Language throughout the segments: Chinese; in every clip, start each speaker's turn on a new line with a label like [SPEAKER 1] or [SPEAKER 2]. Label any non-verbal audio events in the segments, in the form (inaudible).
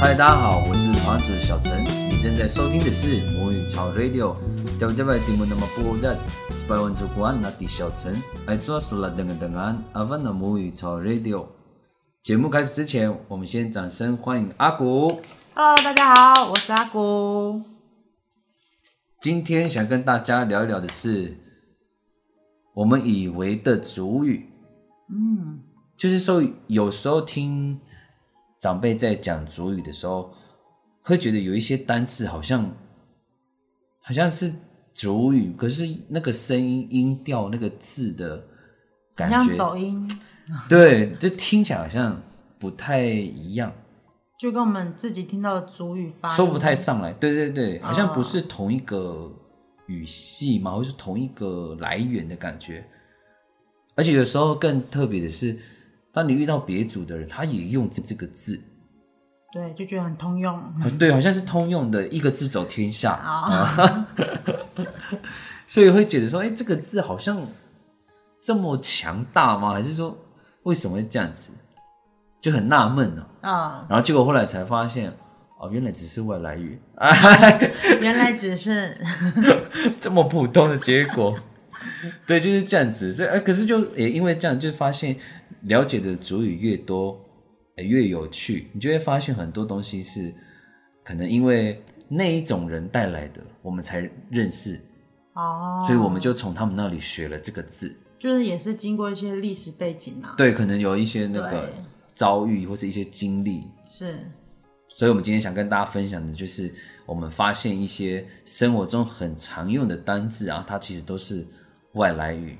[SPEAKER 1] 嗨，大家好，我是团主小陈，你正在收听的是母语潮 Radio。Tiba-tiba di mundo mapuudad, sepawan sukuan nati Xiaochen, ay zua sula dengan-dengan avan na muyu cao radio。节目开始之前，我们先掌声欢迎阿古。
[SPEAKER 2] Hello，大家好，我是阿姑。
[SPEAKER 1] 今天想跟大家聊一聊的是，我们以为的主语。嗯，就是说有时候听长辈在讲主语的时候，会觉得有一些单词好像好像是主语，可是那个声音音调那个字的感
[SPEAKER 2] 很像
[SPEAKER 1] 觉，
[SPEAKER 2] 走音，
[SPEAKER 1] 对，就听起来好像不太一样，
[SPEAKER 2] 就跟我们自己听到的主语发音哦
[SPEAKER 1] 说不太上来。对对对，好像不是同一个语系嘛，或是同一个来源的感觉。而且有时候更特别的是，当你遇到别组的人，他也用这这个字，
[SPEAKER 2] 对，就觉得很通用。
[SPEAKER 1] 好对，好像是通用的一个字走天下，
[SPEAKER 2] 啊，
[SPEAKER 1] (laughs) 所以会觉得说，哎，这个字好像这么强大吗？还是说为什么会这样子？就很纳闷呢、哦
[SPEAKER 2] (laughs) 嗯，
[SPEAKER 1] 然后结果后来才发现，哦，原来只是外来语， (laughs)
[SPEAKER 2] 原来只是
[SPEAKER 1] 这么普通的结果。 (laughs) 对，就是这样子。所以，呃，可是就也因为这样，就发现了解的主语越多，呃越有趣。你就会发现很多东西是可能因为那一种人带来的，我们才认识，
[SPEAKER 2] 哦，
[SPEAKER 1] 所以我们就从他们那里学了这个字。
[SPEAKER 2] 就是也是经过一些历史背景啊，
[SPEAKER 1] 对，可能有一些那个
[SPEAKER 2] 对
[SPEAKER 1] 遭遇或是一些经历，
[SPEAKER 2] 是
[SPEAKER 1] 所以，我们今天想跟大家分享的就是，我们发现一些生活中很常用的单字啊，它其实都是外来语。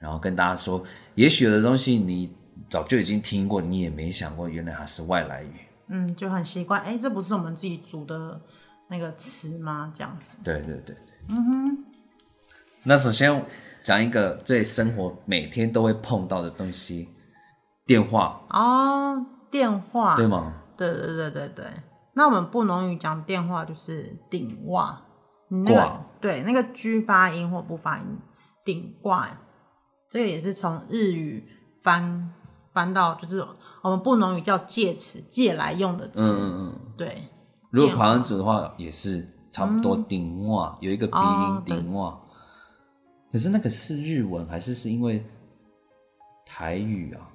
[SPEAKER 1] 然后跟大家说，也许有的东西你早就已经听过，你也没想过，原来它是外来语。
[SPEAKER 2] 嗯，就很习惯。哎，这不是我们自己组的那个词吗？这样子，
[SPEAKER 1] 对对对，嗯哼。那首先讲一个最生活每天都会碰到的东西，电话，
[SPEAKER 2] 哦，电话，
[SPEAKER 1] 对吗？
[SPEAKER 2] 对对对对对。那我们布农语讲电话就是顶挂，你那
[SPEAKER 1] 挂
[SPEAKER 2] 个对那个 G 发音或不发音，顶挂，这个也是从日语翻翻到就是我们布农语叫借词，借来用的词。
[SPEAKER 1] 嗯嗯。
[SPEAKER 2] 对，
[SPEAKER 1] 如果华人组的话，也是差不多顶哇，有一个鼻音
[SPEAKER 2] 哦对
[SPEAKER 1] 顶哇。可是那个是日文还是是因为台语啊？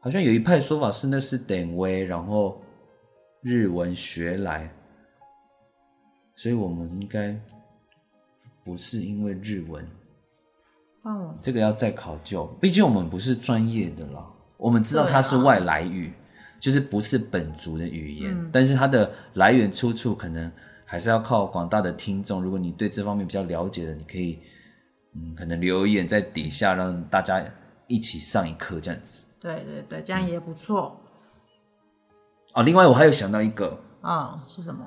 [SPEAKER 1] 好像有一派说法是那是典威，然后日文学来，所以我们应该不是因为日文，
[SPEAKER 2] 换我
[SPEAKER 1] 这个要再考究。毕竟我们不是专业的啦，我们知道它是外来语，就是不是本族的语言，但是它的来源出处可能还是要靠广大的听众。如果你对这方面比较了解的，你可以嗯，可能留言在底下，让大家一起上一课这样子。
[SPEAKER 2] 对对对，这样也不错。
[SPEAKER 1] 哦，另外我还有想到一个
[SPEAKER 2] 嗯，是什么？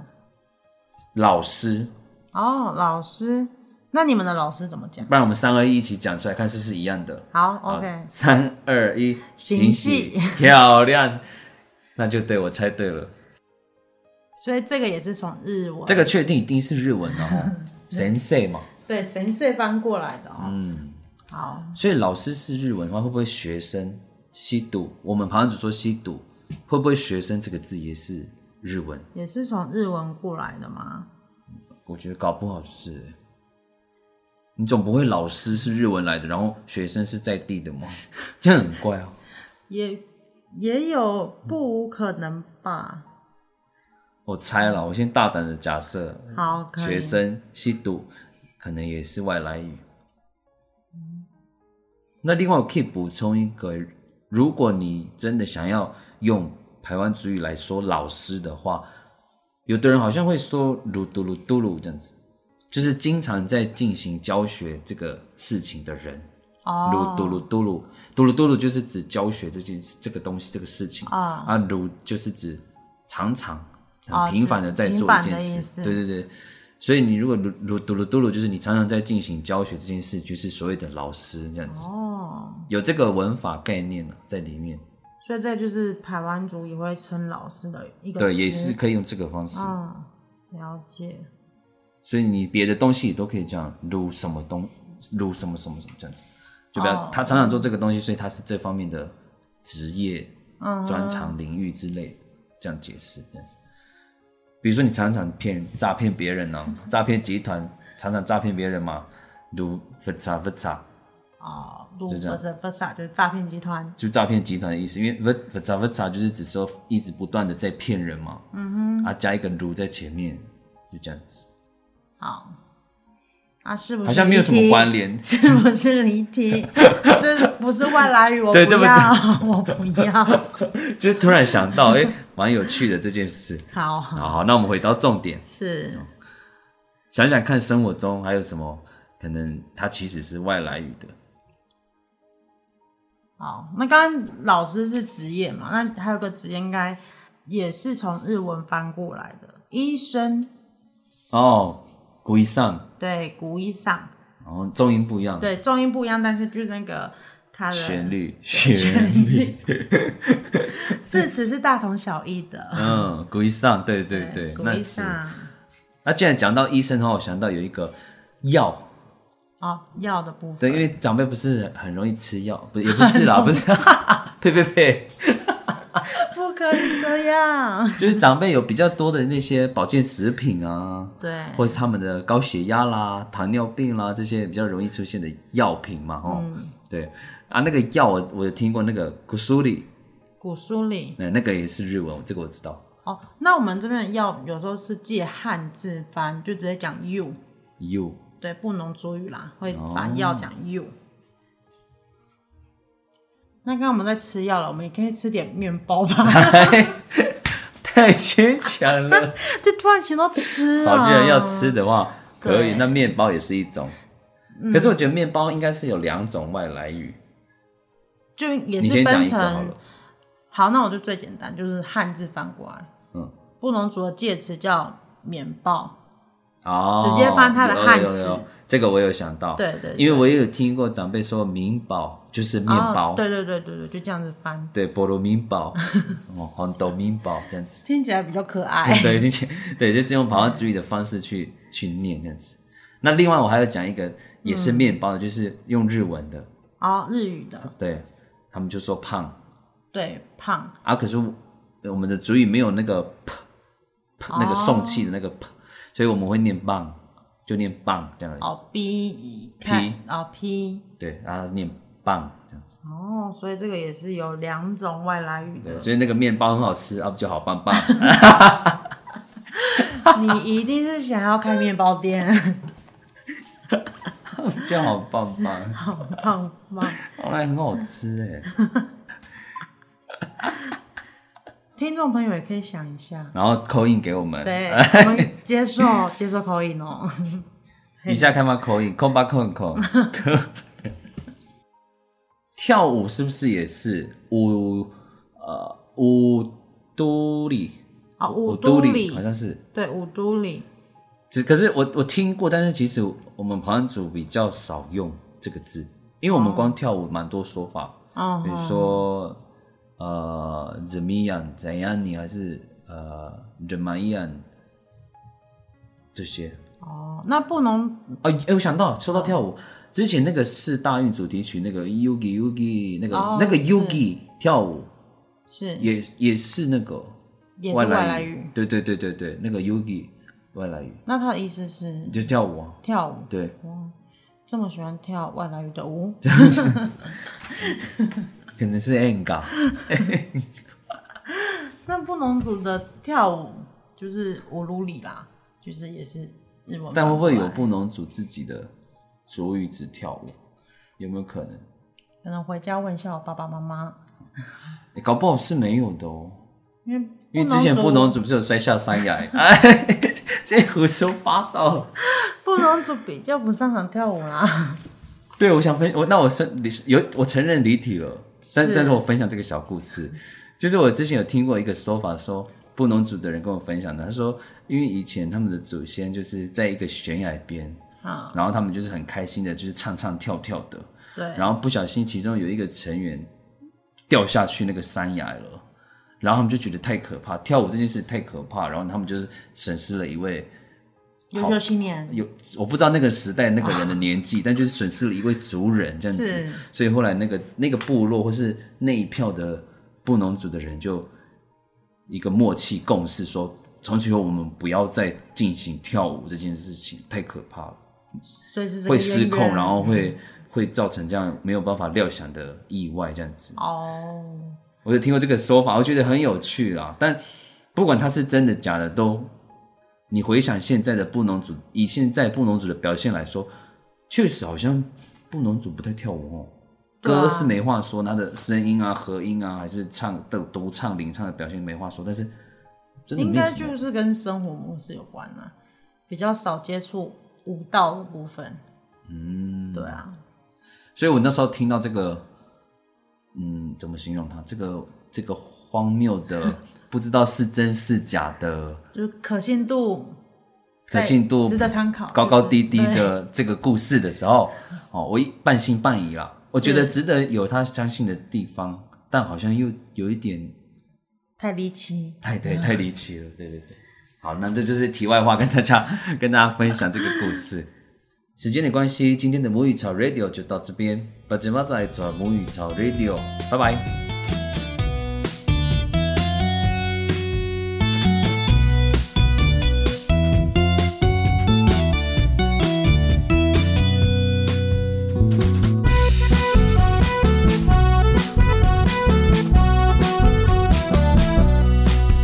[SPEAKER 1] 老师，
[SPEAKER 2] 哦，老师，那你们的老师怎么讲？
[SPEAKER 1] 不然我们三二一一起讲出来看是不是一样的。哦
[SPEAKER 2] 好，OK，
[SPEAKER 1] 三二一，喜
[SPEAKER 2] 行戏，
[SPEAKER 1] 漂亮，那就对我猜对了。
[SPEAKER 2] 所以这个也是从日文
[SPEAKER 1] 这个确定一定是日文的 (laughs) 哦，sensei 嘛，
[SPEAKER 2] 对神社翻过来的哦。嗯，好，
[SPEAKER 1] 所以老师是日文的话，会不会学生吸毒？我们旁人只说吸毒，会不会学生这个字也是日文？
[SPEAKER 2] 也是从日文过来的吗？
[SPEAKER 1] 我觉得搞不好是欸。你总不会老师是日文来的，然后学生是在地的吗？ (laughs) 这样很怪哦。
[SPEAKER 2] 也也有不无可能吧。
[SPEAKER 1] 我猜了，我先大胆的假设，
[SPEAKER 2] 好，哦可以
[SPEAKER 1] 嗯学生吸毒可能也是外来语。那另外我可以补充一个，如果你真的想要用台湾主语来说老师的话，有的人好像会说“噜嘟噜嘟噜”这样子，就是经常在进行教学这个事情的人。噜
[SPEAKER 2] 哦，
[SPEAKER 1] 嘟噜嘟噜嘟噜嘟噜就是指教学这件事这个东西这个事情
[SPEAKER 2] 啊
[SPEAKER 1] 啊，噜就是指常常
[SPEAKER 2] 啊
[SPEAKER 1] 很频繁的在
[SPEAKER 2] 频
[SPEAKER 1] 做一
[SPEAKER 2] 繁
[SPEAKER 1] 件
[SPEAKER 2] 的意
[SPEAKER 1] 事，
[SPEAKER 2] 思
[SPEAKER 1] 对对对。所以你如果噜噜嘟噜嘟噜，就是你常常在进行教学这件事，就是所谓的老师这样子，
[SPEAKER 2] 哦，
[SPEAKER 1] 有这个文法概念了、在里面，
[SPEAKER 2] 所以这就是台湾族也会称老师的一个
[SPEAKER 1] 对，
[SPEAKER 2] 词
[SPEAKER 1] 也是可以用这个方式。
[SPEAKER 2] 嗯，了解。
[SPEAKER 1] 所以你别的东西也都可以这样噜什么东噜什么什么什么这样子，就表、
[SPEAKER 2] 哦
[SPEAKER 1] 他常常做这个东西，所以他是这方面的嗯职业、专长领域之类这样解释。这样比如说你常常骗诈骗别人呢、哦诈骗集团常常诈骗别人嘛，如不查不查，
[SPEAKER 2] 哦，如
[SPEAKER 1] 就这样
[SPEAKER 2] Versa Versa 啊就是诈骗集团，
[SPEAKER 1] 就诈骗集团的意思，因为不不查不查就是只说一直不断的在骗人嘛，嗯哼，啊加一个如在前面，就这样子，
[SPEAKER 2] 好，啊是不是
[SPEAKER 1] 好像没有什么关
[SPEAKER 2] 联，
[SPEAKER 1] 联，
[SPEAKER 2] (laughs) 是不是
[SPEAKER 1] (laughs)
[SPEAKER 2] 离题？这不是外来语，我不
[SPEAKER 1] 对这不是
[SPEAKER 2] 要，我不要，
[SPEAKER 1] 就是突然想到，哎，蛮有趣的这件事。
[SPEAKER 2] 好
[SPEAKER 1] 好好，那我们回到重点，
[SPEAKER 2] 是
[SPEAKER 1] 想想看生活中还有什么可能它其实是外来语的，
[SPEAKER 2] 好，那刚刚老师是职业嘛，那还有个职业应该也是从日文翻过来的，医生，
[SPEAKER 1] 哦，古以上，
[SPEAKER 2] 对，古医上，
[SPEAKER 1] 然后重音不一样，
[SPEAKER 2] 对，重音不一样，但是就是那个它的
[SPEAKER 1] 旋律，
[SPEAKER 2] 旋
[SPEAKER 1] 旋律，
[SPEAKER 2] 字词是大同小异的。
[SPEAKER 1] 嗯，古以上，对对对，
[SPEAKER 2] 古
[SPEAKER 1] 那
[SPEAKER 2] 医
[SPEAKER 1] 是。
[SPEAKER 2] 上
[SPEAKER 1] 那既然讲到医生的话，我想到有一个药，
[SPEAKER 2] 哦，药的部
[SPEAKER 1] 对，
[SPEAKER 2] 分
[SPEAKER 1] 因为长辈不是很容易吃药，不是 (laughs) 也不是啦，不是，呸呸呸，
[SPEAKER 2] 不可以这样。
[SPEAKER 1] 就是长辈有比较多的那些保健食品啊，
[SPEAKER 2] 对，
[SPEAKER 1] 或是他们的高血压啦、糖尿病啦这些比较容易出现的药品嘛，哦，
[SPEAKER 2] 嗯
[SPEAKER 1] 对啊，那个药我我有听过那个 kusuri，
[SPEAKER 2] 古书里
[SPEAKER 1] 那那个也是日文，这个我知道
[SPEAKER 2] 哦，那我们这边的药有时候是借汉字翻，就直接讲 you，
[SPEAKER 1] ，you (laughs)
[SPEAKER 2] 对，不能主语啦，会
[SPEAKER 1] 哦
[SPEAKER 2] 把药讲 you。那刚刚我们在吃药了，我们也可以吃点面包吧？
[SPEAKER 1] (laughs) 太牵强
[SPEAKER 2] (laughs)
[SPEAKER 1] 了。
[SPEAKER 2] 就突然想到吃啊，
[SPEAKER 1] 好，既然要吃的话，可以，
[SPEAKER 2] 对嗯
[SPEAKER 1] 那面包也是一种。可是我觉得面包应该是有两种外来语，
[SPEAKER 2] 就也
[SPEAKER 1] 你
[SPEAKER 2] 是
[SPEAKER 1] 先讲
[SPEAKER 2] 分
[SPEAKER 1] 一个好
[SPEAKER 2] 成
[SPEAKER 1] 了。
[SPEAKER 2] 好，那我就最简单，就是汉字翻过来，
[SPEAKER 1] 嗯，
[SPEAKER 2] 不能族的介词叫棉报，
[SPEAKER 1] 哦，
[SPEAKER 2] 直接翻它的汉字
[SPEAKER 1] 有有有这个我有想到，
[SPEAKER 2] 对对对
[SPEAKER 1] 因为我也有听过长辈说民宝就是面包，
[SPEAKER 2] 哦对对对对对，就这样子翻，
[SPEAKER 1] 对，菠萝面包， (laughs) 哦，红豆面包这样子，
[SPEAKER 2] 听起来比较可爱。
[SPEAKER 1] (laughs) 对，并且对，就是用跑汉主语的方式去去念这样子。那另外我还要讲一个也
[SPEAKER 2] 嗯
[SPEAKER 1] 是面包的，就是用日文的，
[SPEAKER 2] 哦，日语的，
[SPEAKER 1] 对他们就说胖
[SPEAKER 2] 对，胖，
[SPEAKER 1] 啊，可是我我们的主语没有那个 p, p 那个送气的那个 p，、所以我们会念棒，就念棒这样而已，
[SPEAKER 2] 哦哦，b 看，哦 p，
[SPEAKER 1] 对，然后念棒这样子，
[SPEAKER 2] 哦，所以这个也是有两种外来语
[SPEAKER 1] 对，
[SPEAKER 2] 的，
[SPEAKER 1] 所以那个面包很好吃啊，不就好棒 (laughs) 棒？
[SPEAKER 2] (laughs) 你一定是想要开面包店， (laughs)
[SPEAKER 1] 这样好棒棒，
[SPEAKER 2] 好棒棒。
[SPEAKER 1] 后来很好吃哎。
[SPEAKER 2] 听众朋友也可以想一下，
[SPEAKER 1] 然后扣印给我们， (laughs)
[SPEAKER 2] 对，我们接受 (laughs) 接受口音哦。
[SPEAKER 1] 以下开放口音，空吧空空。 (laughs) 跳舞是不是也是舞？呃，舞都里，
[SPEAKER 2] 啊，五
[SPEAKER 1] 都
[SPEAKER 2] 都
[SPEAKER 1] 里
[SPEAKER 2] 里
[SPEAKER 1] 好，像是。
[SPEAKER 2] 对，五都里，
[SPEAKER 1] 只可是我我听过，但是其实我们旁人组比较少用这个字，因为我们光跳舞蛮多说法，
[SPEAKER 2] 嗯
[SPEAKER 1] 比如
[SPEAKER 2] 哼，
[SPEAKER 1] 说呃怎么样怎样你还是呃怎么样这些。
[SPEAKER 2] 哦，那不能
[SPEAKER 1] 啊，哎，我想到，说到跳舞，之前那个四大运主题曲那个 Yugi Yugi 那个、
[SPEAKER 2] 哦
[SPEAKER 1] 那个
[SPEAKER 2] 是
[SPEAKER 1] Yugi 跳舞
[SPEAKER 2] 是
[SPEAKER 1] 也也是那个
[SPEAKER 2] 也是外
[SPEAKER 1] 来
[SPEAKER 2] 来语，
[SPEAKER 1] 对对对对对，那个 Yugi 外来语
[SPEAKER 2] 那他的意思是
[SPEAKER 1] 就是跳舞啊，
[SPEAKER 2] 跳舞，
[SPEAKER 1] 对，
[SPEAKER 2] 这么喜欢跳外来语的舞，
[SPEAKER 1] 可能是 Enga
[SPEAKER 2] (laughs) 那布农族的跳舞就是舞鲁里啦，就是也是日文翻过来，
[SPEAKER 1] 但会不会有布农族自己的族语只跳舞？有没有可能？
[SPEAKER 2] 可能回家问一下我爸爸妈妈，
[SPEAKER 1] 诶搞不好是没有的哦，
[SPEAKER 2] 因为
[SPEAKER 1] 因为
[SPEAKER 2] 布农
[SPEAKER 1] 之前
[SPEAKER 2] 族
[SPEAKER 1] 布农族不是有摔下山崖？哎， (laughs) 这胡说八道。
[SPEAKER 2] 布农族比较不擅长跳舞啦，
[SPEAKER 1] 对，我想分我那我是你是有我承认离体了，但
[SPEAKER 2] 是
[SPEAKER 1] 但是我分享这个小故事，就是我之前有听过一个说法说。布农族的人跟我分享的，他说，因为以前他们的祖先就是在一个悬崖边，
[SPEAKER 2] 啊，
[SPEAKER 1] 然后他们就是很开心的，就是唱唱跳跳的，
[SPEAKER 2] 对，
[SPEAKER 1] 然后不小心其中有一个成员掉下去那个山崖了，然后他们就觉得太可怕，跳舞这件事太可怕，然后他们就是损失了一位
[SPEAKER 2] 优秀青年
[SPEAKER 1] 有我不知道那个时代那个人的年纪，但就是损失了一位族人这样子
[SPEAKER 2] 啊是，
[SPEAKER 1] 所以后来那个那个部落或是那一票的布农族的人就一个默契共识说，从此以后我们不要再进行跳舞这件事情，太可怕了，
[SPEAKER 2] 所以是这个
[SPEAKER 1] 会失
[SPEAKER 2] 渊
[SPEAKER 1] 控，
[SPEAKER 2] 源
[SPEAKER 1] 然后会会造成这样没有办法料想的意外，这样子。
[SPEAKER 2] 哦，
[SPEAKER 1] 我有听过这个说法，我觉得很有趣啦。但不管它是真的假的，都你回想现在的布农族，以现在布农族的表现来说，确实好像布农族不太跳舞哦。
[SPEAKER 2] 对啊
[SPEAKER 1] 歌是没话说，他的声音啊、和音啊，还是唱的独唱、领唱的表现没话说，但是真的
[SPEAKER 2] 应
[SPEAKER 1] 没有
[SPEAKER 2] 该
[SPEAKER 1] 什么
[SPEAKER 2] 就是跟生活模式有关啊，比较少接触舞蹈的部分。嗯，对啊，
[SPEAKER 1] 所以我那时候听到这个，嗯，怎么形容它？这个这个荒谬的，不知道是真是假的，
[SPEAKER 2] 就是可信度
[SPEAKER 1] 可
[SPEAKER 2] 在，
[SPEAKER 1] 信度
[SPEAKER 2] 值得参考，
[SPEAKER 1] 高高低低
[SPEAKER 2] 就是对
[SPEAKER 1] 的这个故事的时候，哦，我一半信半疑啦。我觉得
[SPEAKER 2] 是
[SPEAKER 1] 值得有他相信的地方，但好像又有一点
[SPEAKER 2] 太离奇。
[SPEAKER 1] 太太太离奇了。对对对，好，那这就是题外话，跟大家 (laughs) 跟大家分享这个故
[SPEAKER 2] (laughs)
[SPEAKER 1] 事。时间的关系，今天的母语潮 Radio 就到这边，把节目再转母语潮 Radio，拜拜。